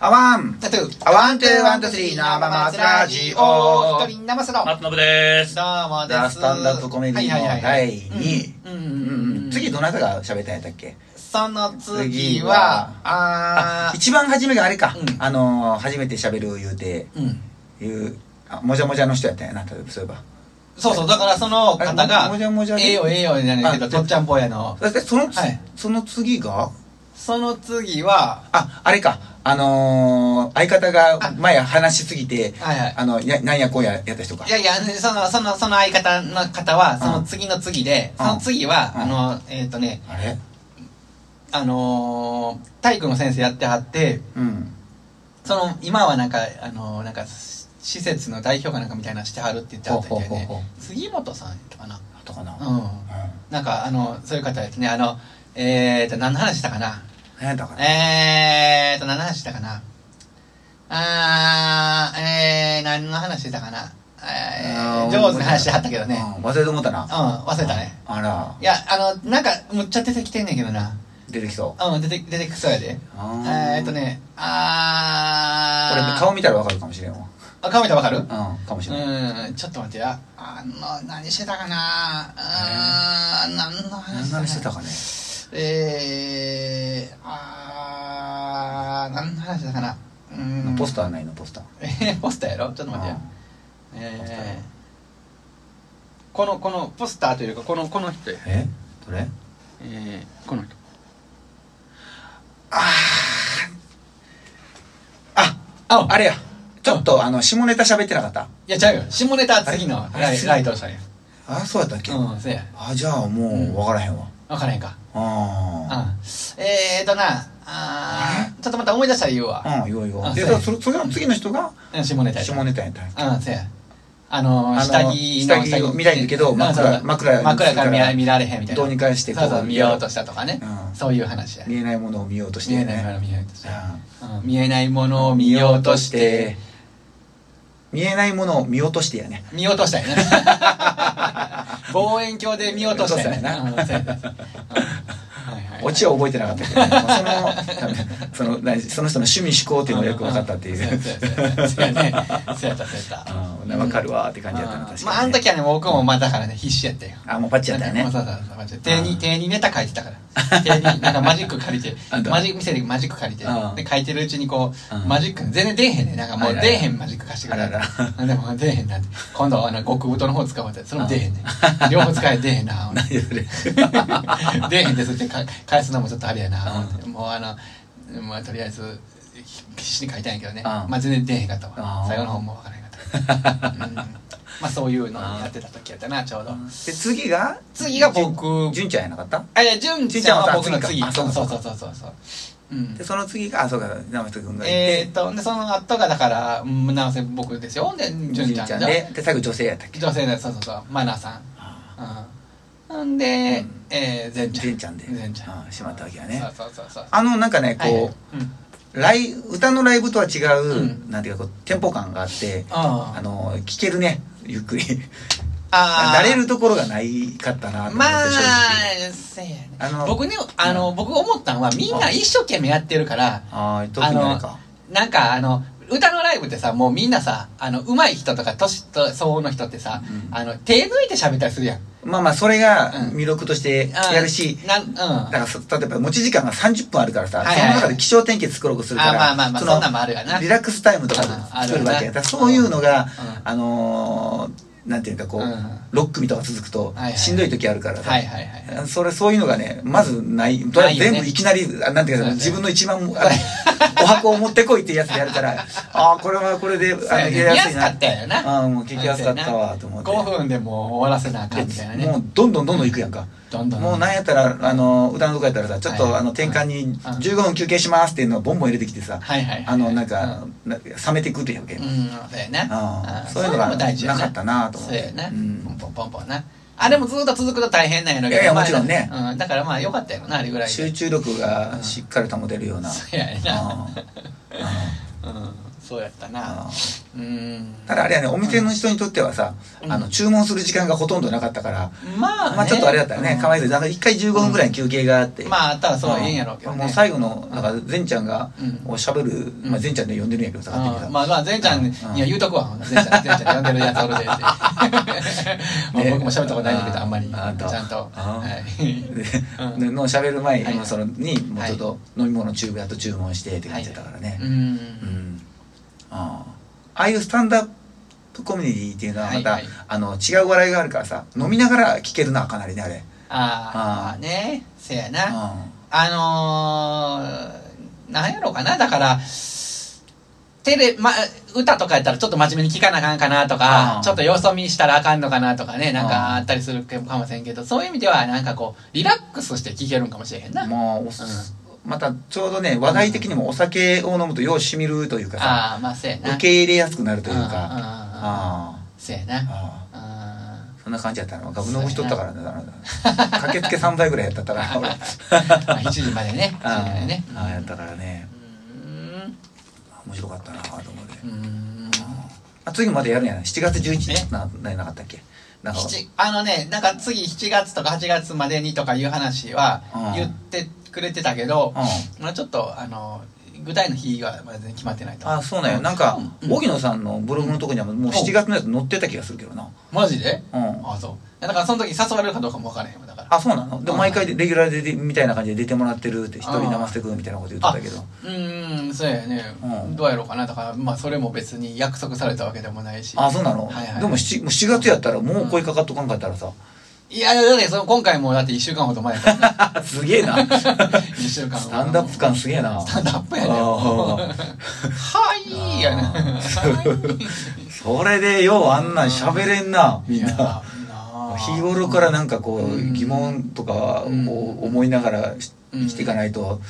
あわんタトゥーあワンツーワンツースリー生松ラジオ一人生松のど松信です。うもですスタンダップコメディはいはのいはいはい第2うんうんううんうんん次どなたが喋ったんやったっけその次次ははあ一番初めがあれかうんあのー初めて喋る言うてーうんいうあもじゃもじゃの人やったんやな例えばそういえばそうそうだからその方あれもがじゃもじゃえでえよええよじゃないけあどとっちゃん坊やのそしてそのつはいその次がその次はああれかあのー相方があ前話しすぎてはいはいあのやなんやこうややった人かいやいや、その、その、その相方の方は、んその次の次で、うんその次は、うんあの、えっ、とね、あれあのー体育の先生やってはって、うんその、今はなんか、あのーなんか、し施設の代表かなんかみたいなのしてはるって言ってはったみたいほうほうほうねほ。杉本さんやったかな。あとかなううんん。なんか、あの、そういう方ですね。あの、えっ、と、何の話したかな。何やったかなえーと、何の話したかな。あー、えー、何の話したかな。えー、上手な話してはったけどね。うん忘れて思ったなうん、忘れたね。あらいや、あの、なんか、むっちゃ出てきてんねんけどな。出てきそううん、出て、出てきそうやで。えあーーえっとね、あー。俺顔見たらわかるかもしれんわあ顔見たらわかるうんかもしれんうん、ちょっと待ってや。あの、何してたかなあー、何の話何の話してたかねえー、あー、何の話だかな。うん。ポスー。ターないのポスターえー、ポスターやろちょっと待ってや。ポスターえー、この、この、ポスターというか、この、この人や。えどれえー、この人。あああれやちょっとあの下ネタ喋ってなかったいや、ちゃうよ。下ネタは次のあれライ次ライトさんや。あそうやったっけうん、そうや。あじゃあもう分からへんわわからへんか。うんあ。えーとな、あーちょっとまた思い出したら言うわ。あうんいいよいいよあでそうやそれそれの次の人がうん、下ネタやった。下ネタやったうん、そうや。あのー、あの下着下着を見たいんだけどうん枕そうそう枕枕から見から見られへんみたいな。どうにかしてこそううそう、見ようとしたとかね。うんそういう話や。見えないものを見ようとして見えないから見ようとして。うん見えないものを見ようとして、見えないものを見落としてやね見落としたよね。 望遠鏡で見落としたよね。見落うんそうやそうやうんはいはいはいオチは覚えてなかったけど、ね、そのその何その人の趣味思考っていうのがよく分かったっていううんそうやそうやそうやそうや ったそうやったうん分かるわーって感じやったなうん確かにね、まああの時はね僕もまあだからね必死やったよあもうパッチやったよねそうそうそうそう手うにん手にネタ書いてたから手になんかマジック借りて あんたマジック店でマジック借りてうんで書いてるうちにこううんマジック全然出えへんねなんかもあうら出らえへんマジック貸してくれあらら でも出えへんなって今度はあの極太の方使おうってそれも出えへんね両方使え出えへ んな何それ 出えへんですってか返すのもちょっとあれやな思ってもうあのまあとりあえずひ必死に書いたんやけどねうんまあ全然出えへんかったあわー最後の方もう分からへんかっ たうんまあそういうのをやってた時やったなちょうどで次が次が僕純ちゃんやなかったあいや純ちゃんは僕の次あそそううかそうそうそうそうそううんでその次があそうか生人君がいてえーっとでその後がだからうんなんせ僕ですよで純純ちちゃゃんんででで最後女性やったっけ女性のそうそうそうマナーさあんうんんでうんえー善ちゃん善ちゃんで善ちゃあんーしまったわけやねそうそうそうそうあのなんかねはいはいこうんう、ライ歌のライブとは違う、うんなんていうかこうテンポ感があってあーあの聞けるねゆっくりあー慣れるところがないかったなと思ってまあ正直、せやねあの僕ねあの、僕思ったのはみんな一生懸命やってるからあー特にあれかなんかあの歌のライブってさもうみんなさあの上手い人とか年と相応の人ってさ、うんあの手抜いて喋ったりするやんまあまあそれがうん魅力としてあーやるし、なんうんだからそ例えば持ち時間が30分あるからさ、はいはいはいその中で気象天気作ろうとするかあらまあまあまあのそんなんもあるがなリラックスタイムとかうんある作よるなわけやだからそういうのが、うんあのーなんていうかこう、うん6組とか続くとはいはいしんどい時あるからさ、はいはいは いそれそういうのがねまずないとりあえずないよね全部いきなりあなんていうかそうだね自分の一番あの お箱を持ってこいっていうやつでやる からああこれはこれであのそうやねやりやすい見やすなかったよなあーもう聞きやすかったわと思って5分でもう終わらせなあかんみたいなでもねうどんどんどんどんいくやんかどんどんもうなんやったらあの歌のとこやったらさちょっと、はいはいあの転換うんに15分休憩しますっていうのをボンボン入れてきてさ、はいはいはいあのなんか、な冷めてくるやんけ、うんそうやなあうんそういうのがも大事やなかったなと思っそうてやな、うんポンポンポンポンなあでもずっと続くと大変なんやろうけどいやいやまあもちろんねうん、だからまあよかったよなあれぐらいで集中力がしっかり保てるようなそうやねんなうんうんうんそうやったなうんただあれはね、お店の人にとってはさ、うんあの、注文する時間がほとんどなかったから、まあ、ね、まあちょっとあれだったよね、うんかわいそうであの一回15分ぐらい休憩があって。まああったらそうはんいいんやろうけど、ね、もう最後の、なんか、善ちゃんがうん、おしゃべる、んまあ、善ちゃんで呼んでるんやけどさ、勝手にうさんまあまあ、善ちゃんにうんいや言うとくわ、善ちゃん、善ちゃん呼んでるやつおるでって。 まあ僕も喋ったことないんだけど、あんまり。ちあゃあんんと。たあはい。でうんでの喋る前に、はいもうそのにもうはいちょっと飲み物注文やっと注文してって感じだったからね、う。うんんああああいうスタンダップコメディっていうのはまた、はいはいあの違う笑いがあるからさ飲みながら聞けるなかなりねあれ、ああ、ね、せやうんな。あのー、なんやろうかな、だから、テレ、ま、歌とかやったらちょっと真面目に聞かなあかんかなとうかん、ちょっとよそ見したらあかんのかなとかね、なんうんかあったりするかもしれんけど、そういう意味ではなんかこう、リラックスして聞けるんかもしれへんな。まあおすまたちょうどね話題的にもお酒を飲むとようしみるというかさ、ああ、まあせやな。受け入れやすくなるというか、んんんああせ やな。あああそんな感じやったのガブ飲みしとったからねだから駆けつけ3杯ぐらいやったった から俺ーまあ1時までね。1時までね。ああやったからねうーん。面白かったなと思って、うーん。あ次もまたやるんやな7月11日えなななかったっけなんか七あのね、なんか次7月とか8月までにとかいう話はうん言ってくれてたけど、うんまあちょっと、あの、具体の日はまだ全然決まってないと。あそうなんやなんかうん荻野さんのブログのとこにはもう7月のやつ載ってた気がするけどなマジでうんあ、そう。いやだからその時誘われるかどうかもわからへんわだから。あそうなのでうん毎回レギュラーででみたいな感じで出てもらってるって一人生してくみたいなこと言ってたけどうーん、そうやね、うんどうやろうかな。だから、まあそれも別に約束されたわけでもないし。あそうなの、はいはいでも 7, もう7月やったらもう声かかっとかんかったらさ、いや、だってその今回もだって1週間ほど前やか らな。あすげえ な一週間スタンダップ感すげえなスタンダップやねあ はいやなあーそれでようあんなん喋れんな みんいやななあ日頃からなんかこううん疑問とかをうん思いながらしうん生きていかないと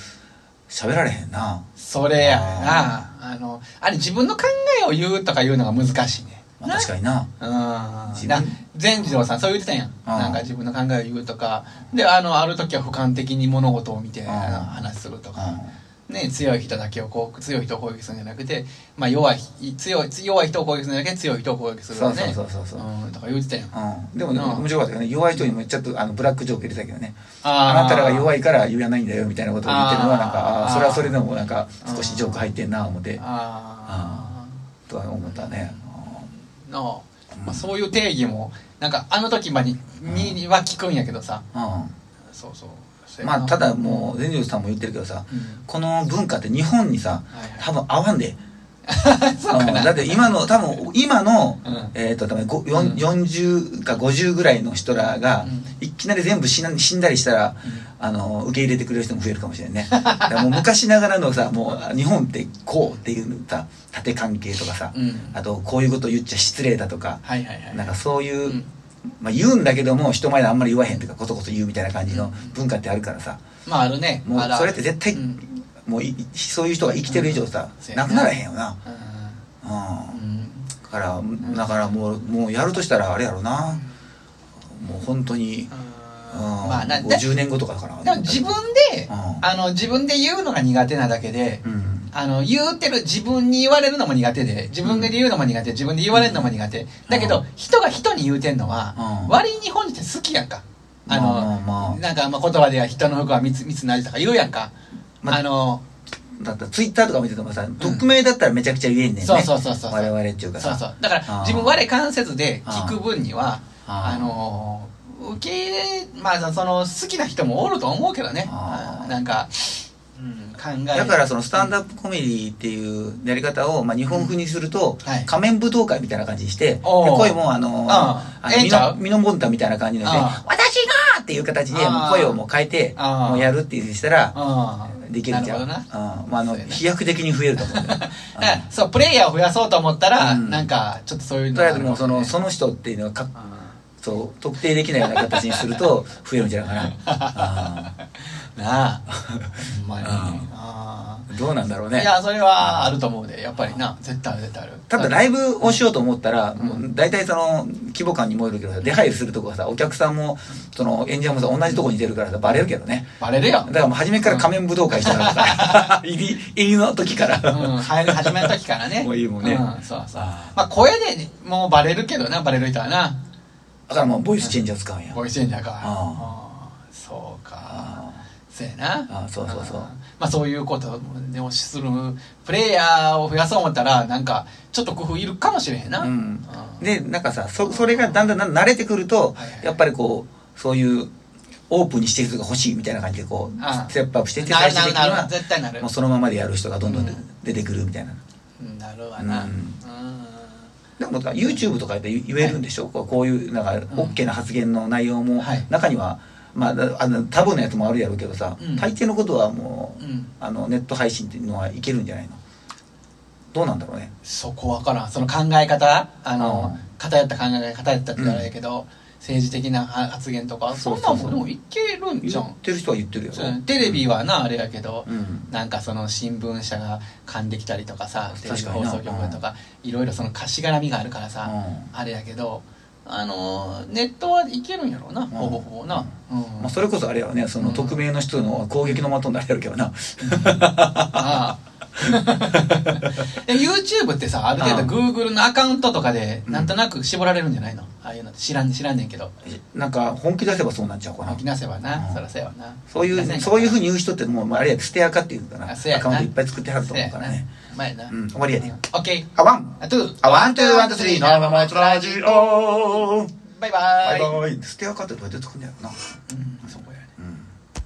喋られへんな、それやなあのあれ自分の考えを言うとか言うのが難しいねまあ、確かになうんな自分善次郎さんそう言ってたやんなんか自分の考えを言うとかであのある時は俯瞰的に物事を見てうんあの話するとかうね強い人だけをこう強い人を攻撃するんじゃなくてまあ弱い強い弱い人を攻撃するんじゃなくて強い人を攻撃んするそとうかそうねそうそうそう、うんとか言ってたやんうん、でもねうん面白かったよね弱い人にもちょっとあのブラックジョーク入れたけどねああーなたらが弱いから言わないんだよみたいなことを言ってるのはなんかあーあーそれはそれでもなんか少しジョーク入ってんな思ってあとは思ったねあの、まあ、そういう定義もなんかあの時までにには聞くんやけどさうん、そうそううそん、うまやあなただもう善次郎さんも言ってるけどさうんこの文化って日本にさはいはい多分合わんで そうかうんなだって今の多分今の、うんえっ、と多分ごうんよん40か50ぐらいの人らが、うんいきなり全部死な死んだりしたら、あの受け入れてくれる人も増えるかもしれないね だからもう昔ながらのさもう日本ってこうっていうさ縦関係とかさ、うんあとこういうこと言っちゃ失礼だとか、はいはいはいなんかそういう、うんまあ、言うんだけども人前であんまり言わへんとかことこと言うみたいな感じうのん文化ってあるからさ、まああるねもうあるあるそれって絶対、うんもういそういう人が生きてる以上さ、うんなくならへんよな。ううんんうんだからだからもうもうやるとしたらあれやろなもう本当に、うんまあなで50年後とかだからでも自分でうんあの自分で言うのが苦手なだけでうんあの言うてる自分に言われるのも苦手で自分で言うのも苦手自分で言われるのも苦手だけうどん人が人に言うてんのはうん割に本人って好きやんかあまあまあまあのなんかまあ言葉では人の服は密密なりとか言うやんかまああのだったらツイッターとか見ててもさ匿名だったらめちゃくちゃ言えんねんね、そうそうそうそう我々っていうかそさうそうだかあーら自分我関せずで聞く分にはあーあの受け入れまあその好きな人もおると思うけどねあーあーなんかうん考えだからそのスタンダップコメディっていうやり方をまあ日本風にするとうんはい仮面舞踏会みたいな感じにしてでおー声もあのあのええんミちノゃうミノモンタみたいな感じのしてあ「私が!」っていう形でもう声をもう変えてあーもうやるっていうふうにしたらうんできるんじゃんなるほどなうんまああのそうやな飛躍的に増えると思うんだ よだからそうプレイヤーを増やそうと思ったら、うんなんかちょっとそういううんのとりあえずもうそののその人っていうのはかそう特定できないような形にすると 増えるんじゃないかなあーなあほんまにうんあどうなんだろういねやそれはあると思うでやっぱりな絶対ある絶対あるただライブをしようと思ったら、んもう大体その規模感に燃えるけどさ出入りするとこがさお客さんもその演者もさ同じとこに出るからさバレるけどねバレるだよ、からもう初めから仮面武道会したから さ入り入りの時から、うん、は始めた時からねもういいもんねうん、そうそうあまあ声でねもうバレるけどなバレる人はなだからもうボイスチェンジャー使うんやボイスチェンジャーかあうんそうかあそうやなあそうそうそうんまあそういうことをするプレイヤーを増やそう思ったらなんかちょっと工夫いるかもしれへんな、うんうんでなんかさそそれがだんだん慣れてくるとはいはいやっぱりこうそういうオープンにしてる人が欲しいみたいな感じでこうああステップアップしてってな最るな終る的なにるは絶対なるもうそのままでやる人がどんどんでうん出てくるみたいなうんなるわな、うんうんでもなんか YouTube とかで言えるんでしょ、こうこういうなんか OK な発言の内容も、はい中には、まあ、あのタブーのやつもあるやろうけどさ、うん大抵のことはもう、うんあのネット配信っていうのはいけるんじゃないのどうなんだろうねそこわからんその考え方あの、う偏った考え方やったって言われるけど、政治的な発言とかそんなそもうそうそうんでもいけるんじ言ゃっんてる人は言ってるよ、うんテレビはなあれやけど、うんなんかその新聞社が噛んできたりとかさテレビ確かに放な送局とかいろいろその貸しがらみがあるからさ、あれやけどあのネットはいけるんやろうな、ほぼほぼな、うんまあ、それこそあれやろねそのうん匿名の人の攻撃の的になるやろうけどな、ああで YouTube ってさある程度 Google のアカウントとかでうんなんとなく絞られるんじゃないのああいうのって知らん知らんねんけど なんか本気出せばそうなっちゃうかな飽きなせばな、うんそらせばなそうい出せんうかそういうふうにに言う人ってもうまああれやステアカっていうかなあそうやアカなウントいっぱい作ってはるとそう思やうからなね前な、うん終わりやで、オッケーあワンあとあ、ワン、ツー、ワン、ツー、スリー、生松ラジオバイババイイバイ。ステアカットどうやって作るんだろうな。うんそこや